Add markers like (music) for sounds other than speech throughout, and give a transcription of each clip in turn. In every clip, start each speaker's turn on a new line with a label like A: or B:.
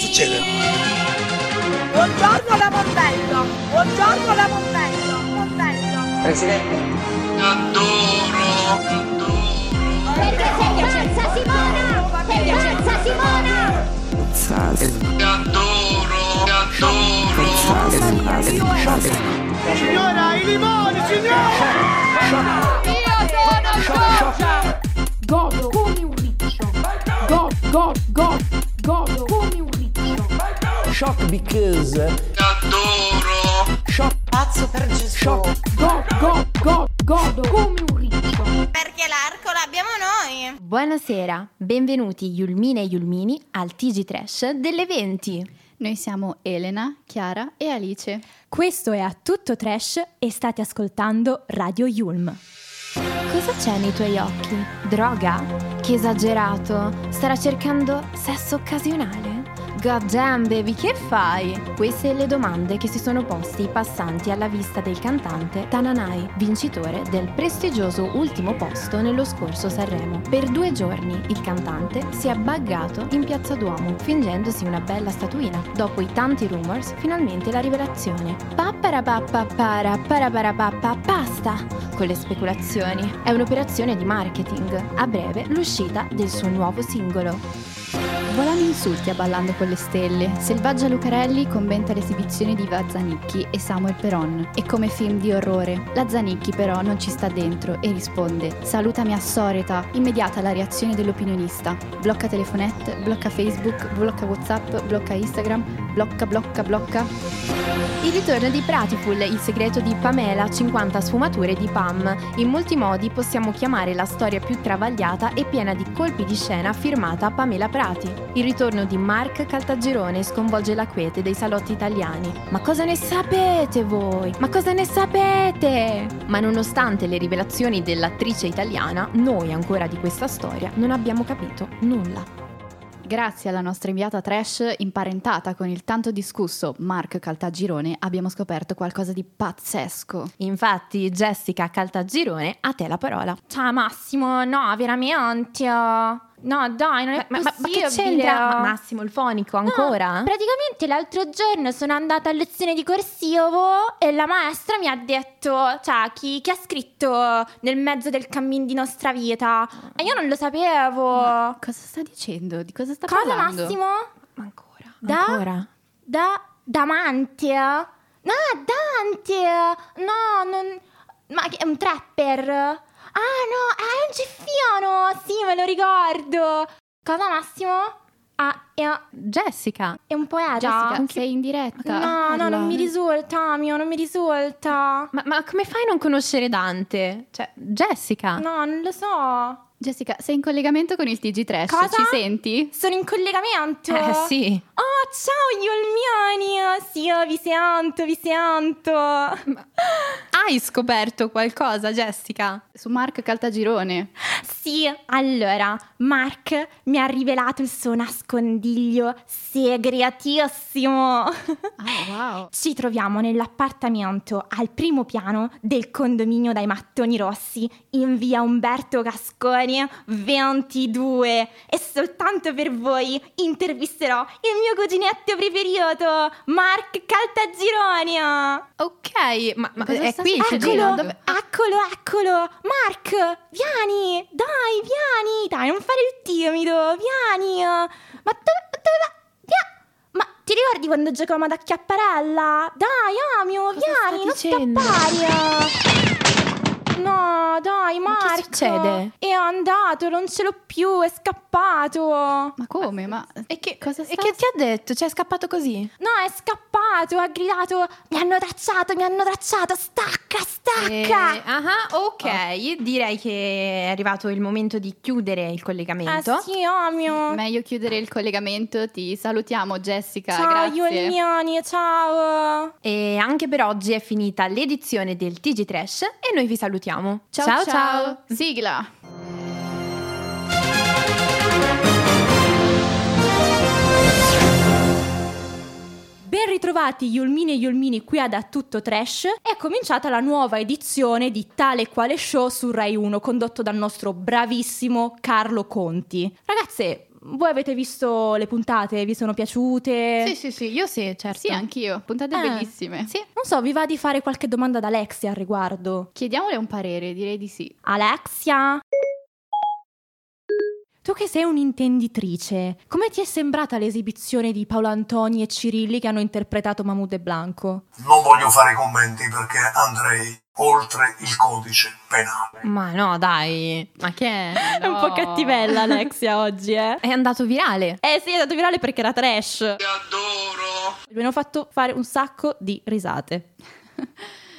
A: succede?
B: Buongiorno la Montella, buongiorno la Montella, Montella.
C: Presidente,
A: Adoro, adoro.
D: Perché sei pazza Simona! Sei pazza Simona!
A: Adoro, adoro.
D: Io sono
E: godo come un riccio. Go, go, go, godo come un riccio.
F: Shock because
A: Adoro.
F: shock
C: pazzo per Gesù.
F: shock
E: Go, go, go, godo come un riccio.
B: Perché l'arco l'abbiamo noi.
G: Buonasera, benvenuti Yulmine e Yulmini al TG Trash delle 20.
H: Noi siamo Elena, Chiara e Alice.
I: Questo è A Tutto Trash e state ascoltando Radio Yulm.
G: Cosa c'è nei tuoi occhi? Droga? Che esagerato! Starà cercando sesso occasionale? God damn baby, che fai? Queste le domande che si sono posti i passanti alla vista del cantante Tananai, vincitore del prestigioso ultimo posto nello scorso Sanremo. Per due giorni il cantante si è baggato in piazza Duomo, fingendosi una bella statuina. Dopo i tanti rumors, finalmente la rivelazione. Papparapappappara, paraparapappa, basta! con le speculazioni. È un'operazione di marketing. A breve l'uscita del suo nuovo singolo.
H: Volano insulti a Ballando con le stelle. Selvaggia Lucarelli commenta l'esibizione di Iva Zanicchi e Samuel Peron. È come film di orrore. La Zanicchi però non ci sta dentro e risponde Salutami a Soreta. Immediata la reazione dell'opinionista. Blocca telefonette, blocca Facebook, blocca Whatsapp, blocca Instagram, blocca blocca blocca.
G: Il ritorno di Pratipul, il segreto di Pamela, 50 sfumature di Pam. In molti modi possiamo chiamare la storia più travagliata e piena di colpi di scena firmata Pamela Prati. Il ritorno di Mark Caltagirone sconvolge la quiete dei salotti italiani. Ma cosa ne sapete voi? Ma cosa ne sapete? Ma nonostante le rivelazioni dell'attrice italiana, noi ancora di questa storia non abbiamo capito nulla.
H: Grazie alla nostra inviata trash, imparentata con il tanto discusso Mark Caltagirone, abbiamo scoperto qualcosa di pazzesco.
G: Infatti, Jessica Caltagirone, a te la parola.
D: Cioè,
G: Ciao Massimo, no,
D: eh,
G: veramente. No, dai, non è
I: Ma- ma- ma che
G: possibile.
I: c'entra?
G: Ma- Massimo, il fonico, ancora?
D: Praticamente l'altro giorno sono andata a lezione di corsivo e la maestra mi ha detto, cioè, chi, chi ha scritto nel mezzo del cammin di nostra vita? E io non lo sapevo.
H: Ma cosa sta dicendo? Di cosa sta
D: Oh. Cosa
H: parlando?
D: Massimo?
G: Ma ancora?
D: Da?
G: Ancora?
D: Da Damante? No, Dante! No, non... Ma che è un trapper? Ah no, è un ceffiano! Sì, me lo ricordo! Cosa Massimo? Ah, è,
G: Jessica.
D: è un poeta?
H: Jessica, sei in diretta.
D: No, no,
H: Parla.
D: non mi risulta, mio, non mi risulta.
G: Ma, ma come fai a non conoscere Dante? Cioè, Jessica.
D: No, non lo so.
H: Jessica, sei in collegamento con il TG Trash?
D: Cosa?
H: Ci senti?
D: Sono in collegamento.
G: Eh sì.
D: Oh, ciao, Iolmiani. Sì, oh, vi sento, vi sento.
G: Hai scoperto qualcosa, Jessica?
H: Su Mark Caltagirone.
D: Sì, allora, Mark mi ha rivelato il suo nascondiglio segretissimo. (laughs)
H: Ah, wow.
D: Ci troviamo nell'appartamento al primo piano del condominio dai mattoni rossi in via Umberto Gasconi 22 e soltanto per voi intervisterò il mio cuginetto preferito, Mark Caltagirone.
G: Ok, ma, ma
H: Cosa
G: è
H: sta
G: qui il
H: succedendo?
G: cugino?
H: Dove-
D: Eccolo, eccolo! Mark, vieni! Dai, vieni! Dai, non fare il timido, vieni! Ma dove, dove va? Via- Ma ti ricordi quando giocavamo ad acchiapparella? Dai, Amio, vieni, non
G: sta dicendo?
D: scappare! No, dai,
G: Ma
D: Mark!
G: che succede?
D: È andato, non ce l'ho più, è scappato!
H: Ma come? Ma
G: E che,
H: cosa
G: e
H: sta
G: che ti ha detto? Cioè, è scappato così?
D: No, è scappato, ha gridato Mi hanno tracciato, mi hanno tracciato, stacca,
G: Eh,
D: stacca!
G: ah, ok, direi che è arrivato il momento di chiudere il
D: Ah
G: collegamento.
D: sì, Amio!
H: Meglio chiudere il collegamento. Ti salutiamo, Jessica.
D: Ciao
H: grazie.
D: Iolmiani, ciao!
G: E anche per oggi è finita l'edizione del TG Trash e noi vi salutiamo.
H: ciao, ciao. Sigla.
B: Ben ritrovati Yulmini e Yulmini qui ad A Tutto Trash. È cominciata la nuova edizione di Tale e Quale Show su Rai 1 condotto dal nostro bravissimo Carlo Conti. Ragazze,
D: Voi avete visto le puntate? Vi sono piaciute?
J: Sì, sì, sì, io sì, certo.
H: Sì, anch'io. Puntate
D: Ah.
H: bellissime.
J: Sì,
D: Non so, vi va di fare qualche domanda ad Alexia al riguardo?
H: Chiediamole un parere, direi di sì.
D: Alexia? Tu che sei un'intenditrice, come ti è sembrata l'esibizione di Paolo Antoni e Cirilli che hanno interpretato Mahmoud e Blanco?
K: Non voglio fare commenti perché andrei oltre il codice penale.
J: ma no, dai, ma che è?
D: È un po' cattivella Alexia oggi, eh?
J: È andato virale.
D: Eh sì, è andato virale perché era trash.
L: ti adoro,
D: Mi hanno fatto fare un sacco di risate.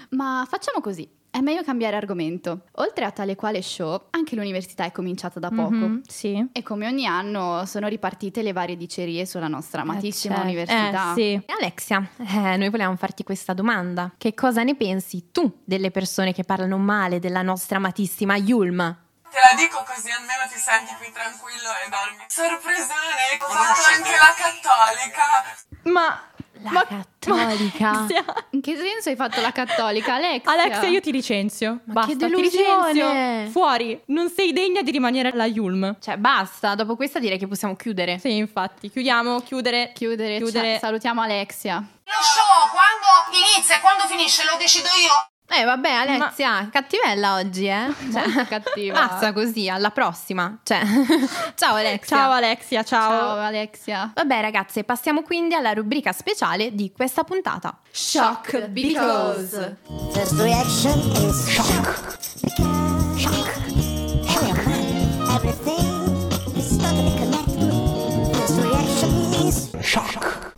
H: Ma facciamo così. È meglio cambiare argomento. Oltre a tale quale show, anche l'università è cominciata da poco.
D: Mhm, sì.
H: E come ogni anno sono ripartite le varie dicerie sulla nostra amatissima
J: certo.
H: università.
D: Eh sì.
J: Alexia, eh, noi volevamo farti questa domanda. Che cosa ne pensi tu delle persone che parlano male della nostra amatissima Yulma?
A: Te la dico così almeno ti senti più tranquillo e dormi. Sorpresone, hai fatto anche la cattolica.
D: Ma...
J: La
D: ma-
J: cattolica.
D: ma- Alexia-
H: In che senso hai fatto la cattolica, Alexia?
D: Alexia, io ti licenzio.
J: Ma
D: Basta,
J: che
D: ti
J: delusione!
D: licenzio. Fuori, non sei degna di rimanere alla Yulm.
J: Cioè, basta, dopo questa direi che possiamo chiudere.
D: Sì, infatti, chiudiamo, chiudere.
H: Chiudere,
D: Chiudere.
H: ciao, salutiamo Alexia.
A: Lo show quando inizia e quando finisce lo decido io.
J: Eh, vabbè, Alexia, cattivella oggi, eh?
H: Molto cattiva.
J: Basta così, alla prossima. Cioè, (laughs) ciao Alexia.
D: Ciao Alexia,
H: Ciao Alexia.
J: Vabbè ragazze, passiamo quindi alla rubrica speciale di questa puntata.
D: Shock
J: because.
A: First reaction is shock. Shock. Hey, man, everything is totally connected. First reaction is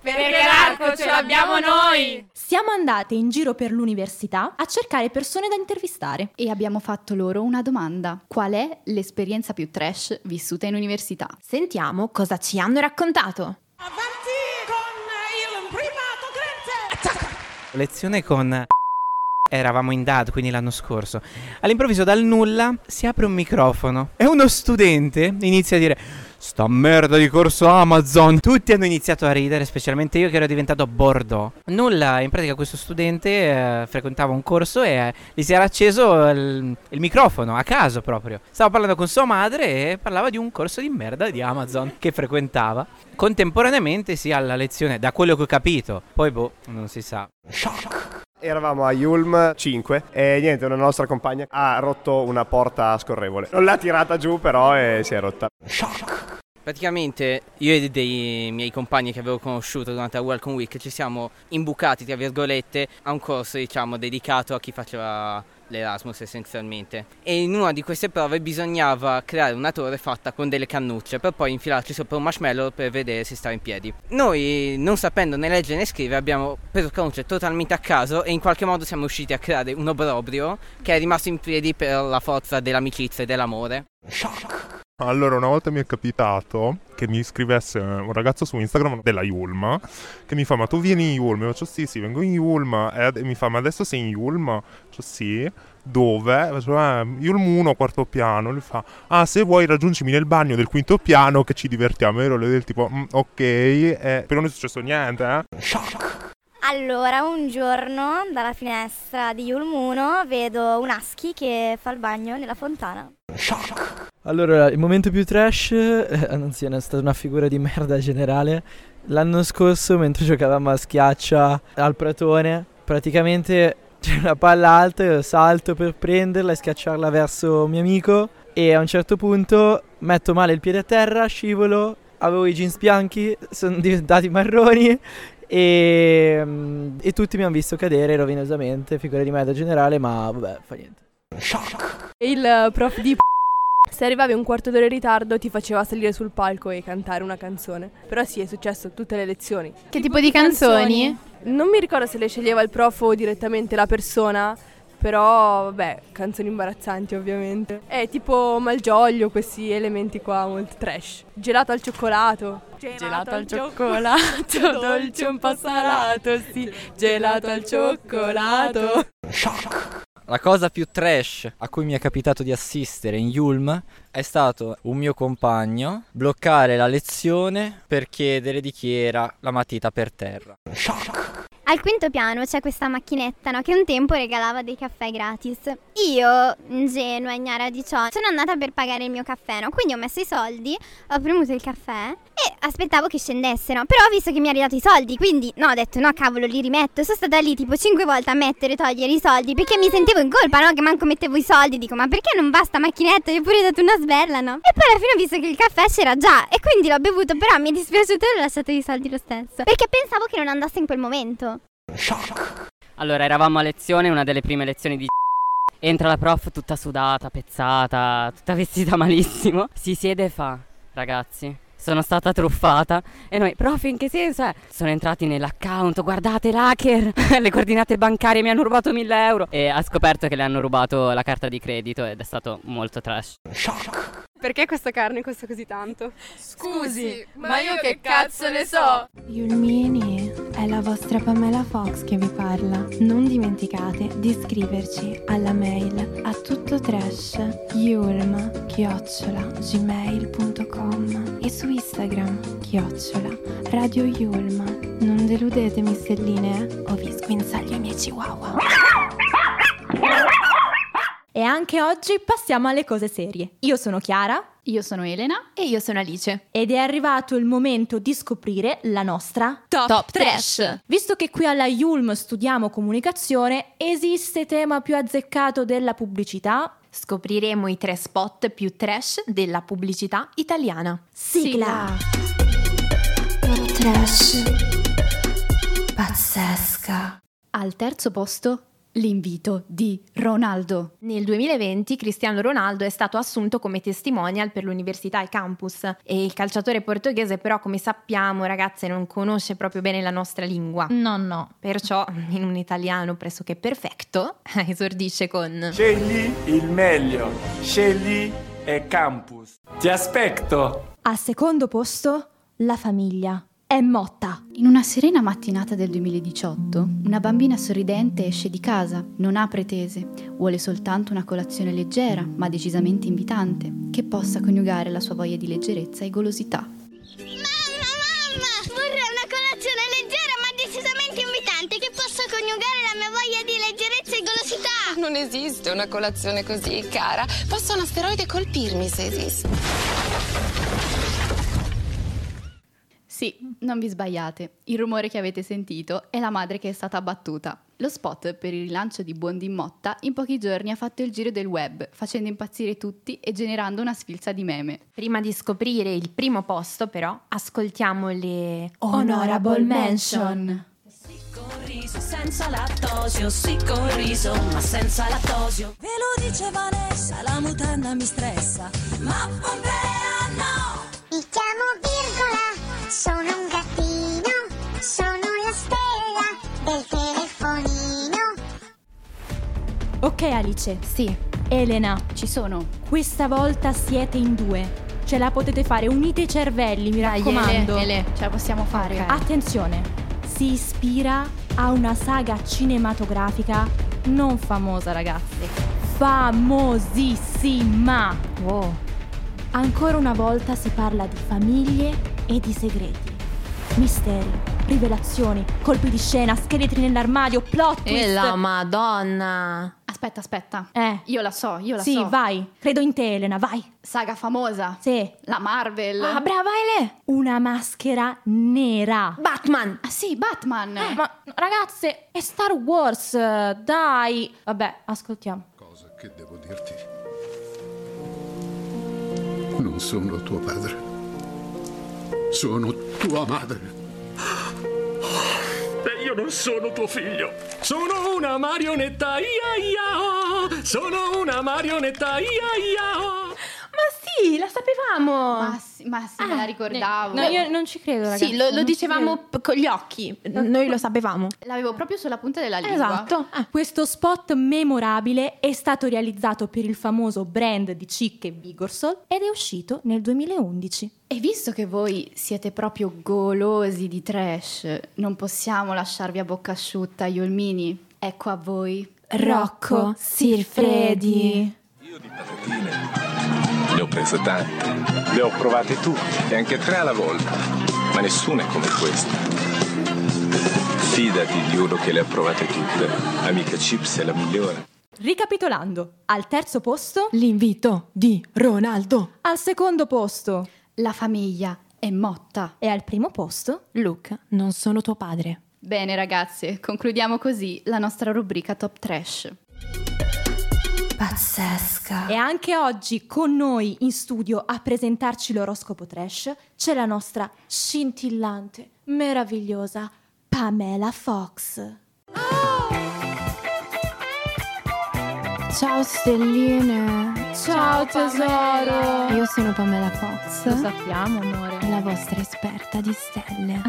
E: Perché l'arco ce l'abbiamo noi!
D: Siamo andate in giro per l'università a cercare persone da intervistare.
H: E abbiamo fatto loro una domanda. Qual è l'esperienza più trash vissuta in università?
J: Sentiamo cosa ci hanno raccontato.
A: Avanti con il primato grande.
M: Lezione con Eravamo in DAD, quindi l'anno scorso. All'improvviso, dal nulla, si apre un microfono e uno studente inizia a dire: Sta merda di corso Amazon. Tutti hanno iniziato a ridere, specialmente io che ero diventato bordo. Nulla, in pratica, questo studente eh, frequentava un corso e eh, gli si era acceso il, il microfono a caso proprio. Stava parlando con sua madre e parlava di un corso di merda di Amazon che frequentava. Contemporaneamente, sì, alla lezione, da quello che ho capito. Poi, boh, non si sa.
K: Eravamo a Yulm 5 e niente, una nostra compagna ha rotto una porta scorrevole. Non l'ha tirata giù però e si è rotta.
M: Praticamente io e dei miei compagni che avevo conosciuto durante la Welcome Week ci siamo imbucati, tra virgolette, a un corso diciamo dedicato a chi faceva l'Erasmus essenzialmente. E in una di queste prove bisognava creare una torre fatta con delle cannucce per poi infilarci sopra un marshmallow per vedere se stava in piedi. Noi, non sapendo né leggere né scrivere, abbiamo preso cannucce totalmente a caso e in qualche modo siamo riusciti a creare un obbrobrio che è rimasto in piedi per la forza dell'amicizia e dell'amore.
K: Allora, una volta mi è capitato che mi scrivesse un ragazzo su Instagram della Yulm che mi fa ma tu vieni in Yulm? Io faccio sì, sì, vengo in Yulm e ad- e mi fa ma adesso sei in Yulm? Faccio sì, dove? Faccio eh, Yulm 1 quarto piano, lui fa ah se vuoi raggiungimi nel bagno del quinto piano che ci divertiamo, e io ero lì del tipo "Mm, ok, eh, però non è successo niente eh.
N: Allora, un giorno dalla finestra di Yulm 1 vedo un husky che fa il bagno nella fontana.
M: Allora, il momento più trash, eh, anzi è stata una figura di merda generale, l'anno scorso mentre giocavamo a schiaccia al pratone, praticamente c'è una palla alta, io salto per prenderla e schiacciarla verso un mio amico e a un certo punto metto male il piede a terra, scivolo, avevo i jeans bianchi, sono diventati marroni e, mm, e tutti mi hanno visto cadere rovinosamente, figura di merda generale, ma vabbè, fa niente.
E: Il eh, prof di se arrivavi un quarto d'ora in ritardo ti faceva salire sul palco e cantare una canzone. Però sì, è successo a tutte le lezioni.
J: Che tipo di canzoni?
E: Non mi ricordo se le sceglieva il prof o direttamente la persona, però vabbè, canzoni imbarazzanti ovviamente. È tipo Malgioglio, questi elementi qua molto trash. Gelato al cioccolato. Gelato, al cioccolato, dolce un po' salato, sì. Gelato al cioccolato.
M: La cosa più trash a cui mi è capitato di assistere in Yulm è stato un mio compagno bloccare la lezione per chiedere di chi era la matita per terra.
B: Al quinto piano c'è questa macchinetta no, che un tempo regalava dei caffè gratis. Io, ingenua, ignara di ciò, sono andata per pagare il mio caffè, no? Quindi ho messo i soldi, ho premuto il caffè e aspettavo che scendesse, no? Però ho visto che mi ha ridato i soldi, quindi no, ho detto no, cavolo, li rimetto. Sono stata lì tipo 5 volte a mettere e togliere i soldi perché mi sentivo in colpa, no? Che manco mettevo i soldi, dico ma perché non basta macchinetta? Gli ho pure dato una sberla, no? E poi alla fine ho visto che il caffè c'era già e quindi l'ho bevuto, però mi è dispiaciuto e ho lasciato i soldi lo stesso. Perché pensavo che non andasse in quel momento.
O: Allora, eravamo a lezione, una delle prime lezioni di Entra la prof tutta sudata, pezzata, tutta vestita malissimo. Si siede e fa: Ragazzi, sono stata truffata. E noi, prof, in che senso è? Sono entrati nell'account, guardate l'hacker. (laughs) le coordinate bancarie mi hanno rubato 1000 euro. E ha scoperto che le hanno rubato la carta di credito ed è stato molto trash.
P: Perché questa carne costa così tanto?
Q: Scusi, ma io che cazzo ne so?
G: Yulmini, è la vostra Pamela Fox che vi parla. Non dimenticate di iscriverci alla mail a tutto trash yulm-gmail.com e su Instagram chiocciola radio yulm. Non deludetemi stelline eh, o vi sguinzaglio i miei chihuahua.
D: E anche oggi passiamo alle cose serie. Io sono Chiara.
H: Io sono Elena.
J: E io sono Alice.
D: Ed è arrivato il momento di scoprire la nostra
J: Top, Top trash. trash.
D: Visto che qui alla Yulm studiamo comunicazione, esiste tema più azzeccato della pubblicità?
J: Scopriremo i tre spot più trash della pubblicità italiana.
D: Sigla!
G: Top trash. Pazzesca.
H: Al terzo posto l'invito di Ronaldo.
J: Nel 2020 Cristiano Ronaldo è stato assunto come testimonial per l'università al campus e il calciatore portoghese però come sappiamo ragazze non conosce proprio bene la nostra lingua.
H: No, no.
J: Perciò in un italiano pressoché perfetto (laughs) esordisce con
R: Scegli il meglio, scegli e campus. Ti aspetto.
D: Al secondo posto la famiglia è Motta.
H: In una serena mattinata del 2018, una bambina sorridente esce di casa, non ha pretese, vuole soltanto una colazione leggera, ma decisamente invitante, che possa coniugare la sua voglia di leggerezza e golosità. Mamma,
S: mamma, vorrei una colazione leggera, ma decisamente invitante, che possa coniugare la mia voglia di leggerezza e golosità.
T: Non esiste una colazione così, cara. Posso un asteroide colpirmi se esiste.
H: Sì, non vi sbagliate, il rumore che avete sentito è la madre che è stata abbattuta. Lo spot per il rilancio di Bondi Motta in pochi giorni ha fatto il giro del web, facendo impazzire tutti e generando una sfilza di meme.
J: Prima di scoprire il primo posto, però, ascoltiamo le
G: Honorable Mention.
U: Sì con riso, senza lattosio, sì con riso, ma senza lattosio. Ve lo dice Vanessa, la mutanda mi stressa, ma Pompea no!
S: Mi chiamo Virgola! Sono un gattino, sono la stella del telefonino.
D: Ok Alice,
J: sì.
D: Elena,
H: ci sono.
D: Questa volta siete in due. Ce la potete fare, unite i cervelli, mi
H: Dai,
D: raccomando.
H: Ele, ele. Ce la possiamo fare. Ah,
D: Okay. Attenzione, si ispira a una saga cinematografica non famosa, ragazzi. Famosissima.
J: Wow.
D: Ancora una volta si parla di famiglie e di segreti. Misteri, rivelazioni, colpi di scena, scheletri nell'armadio,
H: Eh,
D: plot twist.
J: E la madonna!
H: Aspetta, aspetta.
D: Eh.
H: Io la so, io la
D: sì,
H: so.
D: Sì, vai. Credo in te, Elena, vai.
H: Saga famosa.
D: Sì.
H: La Marvel.
J: Ah, brava Ele!
D: Una maschera nera.
J: Batman!
H: Ah, sì, Batman.
D: Eh, ma ragazze, è Star Wars, dai. Vabbè, ascoltiamo.
V: Cosa che devo dirti? Non sono tuo padre. Sono tua madre.
W: E io non sono tuo figlio. Sono una marionetta, ia ia. Sono una marionetta, ia ia.
J: Ma sì, la sapevamo.
H: Ma sì, Eh, ma sì ah, me la ricordavo.
D: No, io non ci credo, ragazzi.
J: Sì, lo, lo dicevamo con gli occhi. Noi lo sapevamo.
H: L'avevo proprio sulla punta della lingua.
J: Esatto. Ah.
D: Questo spot memorabile è stato realizzato per il famoso brand di Cic e Vigorsol ed è uscito nel 2011.
H: E visto che voi siete proprio golosi di trash, non possiamo lasciarvi a bocca asciutta, Iolmini. Ecco a voi
G: Rocco Sirfredi.
X: Io di patatine ne ho prese tante, le ho provate tutte e anche tre alla volta, ma nessuna è come questa.
Y: Fidati di uno che le ha provate tutte. Amica Chips è la migliore.
D: Ricapitolando, al terzo posto
H: L'invito di Ronaldo.
D: Al secondo posto
H: La famiglia è Motta.
D: E al primo posto
H: Luke, non sono tuo padre. Bene ragazze, concludiamo così la nostra rubrica Top Trash.
D: Pazzesca. E anche oggi con noi in studio a presentarci l'oroscopo trash c'è la nostra scintillante, meravigliosa Pamela Fox.
S: Ciao stelline.
D: Ciao, tesoro.
S: Io sono Pamela Fox.
G: Lo sappiamo, amore.
S: Esatto. La vostra esperta di stelle.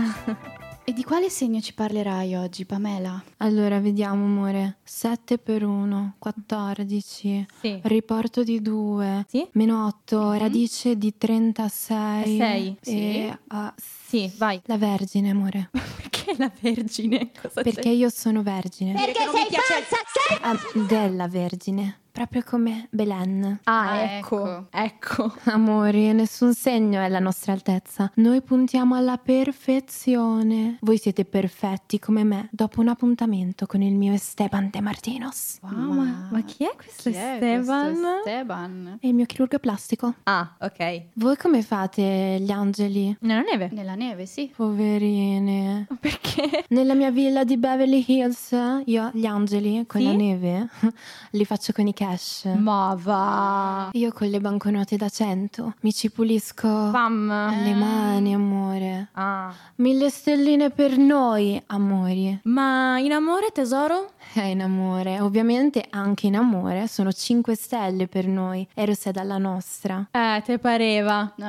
H: E di quale segno ci parlerai oggi, Pamela?
S: Allora, vediamo, amore. 7 per 1, 14.
G: Sì.
S: Riporto di 2.
G: Sì.
S: Meno 8, radice di 36.
G: Mhm. Sei.
S: E,
G: Sì.
S: ah,
G: Sì, vai.
S: La Vergine, amore.
G: Perché la Vergine? (laughs) Cosa
S: Perché
G: c'è?
S: io sono Vergine.
M: Perché sei pazza, sei
S: Ah, della Vergine. Proprio come Belen.
G: Ah, ecco. Ecco.
S: Amori, nessun segno è la nostra altezza. Noi puntiamo alla perfezione. Voi siete perfetti come me dopo un appuntamento con il mio Esteban De Martinos.
G: Wow, ma, ma chi è questo Esteban?
H: Esteban.
S: È il mio chirurgo plastico.
G: Ah, ok.
S: Voi come fate gli angeli?
G: Nella neve?
H: Nella neve, sì.
S: Poverine.
G: Perché?
S: Nella mia villa di Beverly Hills, io gli angeli con la
G: Sì?
S: neve (laughs) li faccio con i cash.
G: Ma va.
S: Io con le banconote da 100 mi ci pulisco
G: Pam. Eh.
S: le mani, amore.
G: Ah.
S: Mille stelline per noi, amori.
D: Ma in amore, tesoro?
S: È in amore, ovviamente anche in amore, sono 5 stelle per noi. Eros è dalla nostra.
G: Eh, te pareva.
H: Non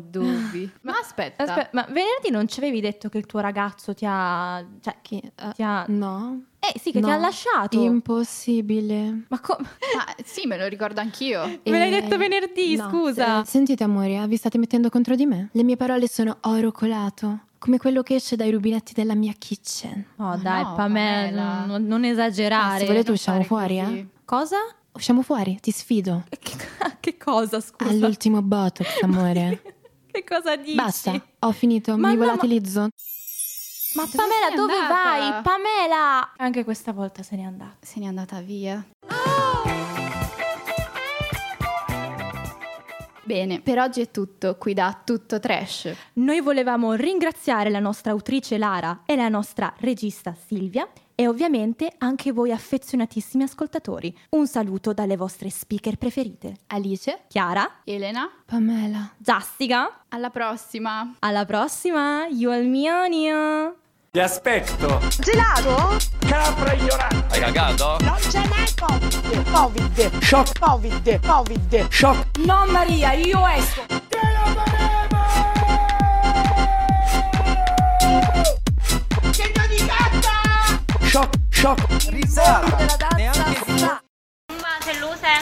G: (laughs)
H: dubbi. Ma aspetta.
S: Esatto.
G: Aspe- ma venerdì non ci avevi detto che il tuo ragazzo ti ha. Cioè, ti ha.
S: No?
G: Eh sì, che ti
S: No.
G: ha lasciato.
S: Impossibile.
G: ma (laughs) come?
H: Ah, sì, me lo ricordo anch'io.
G: Me l'hai
S: Eh,
G: detto venerdì,
S: no.
G: scusa.
S: Eh, Sentite, amore, vi state mettendo contro di me? Le mie parole sono oro colato, come quello che esce dai rubinetti della mia kitchen.
G: Oh, dai,
H: no,
G: Pamela,
H: Pamela.
G: non, non esagerare.
S: Se volete usciamo fuori,
H: così.
S: eh?
G: Cosa?
S: Usciamo fuori, ti sfido.
G: Che cosa, scusa?
S: All'ultimo botox,
G: (laughs)
S: amore.
G: Che cosa dici?
S: Basta, ho finito,
G: Ma
S: mi
G: no, ma-
S: volatilizzo.
G: Ma Pamela,
H: sei
G: dove
H: andata?
G: vai? Pamela! Anche questa volta se n'è andata.
H: Se n'è andata via.
G: Oh!
H: Bene, per oggi è tutto qui da Tutto Trash.
D: Noi volevamo ringraziare la nostra autrice Lara e la nostra regista Silvia e ovviamente anche voi affezionatissimi ascoltatori. Un saluto dalle vostre speaker preferite.
H: Alice,
D: Chiara,
H: Elena,
S: Pamela.
D: Zastiga,
H: alla prossima!
D: alla prossima, io al mio nio.
Z: Ti aspetto.
M: Gelato?
Z: Capra ignorante.
Y: Hai cagato?
M: Non ce n'è Covid! Covid! Shock! Covid! Covid!
Z: Shock.
M: No Maria, io esco! Te lo faremo! Che non di
Z: Shock. Shock.
M: Riserva della danza!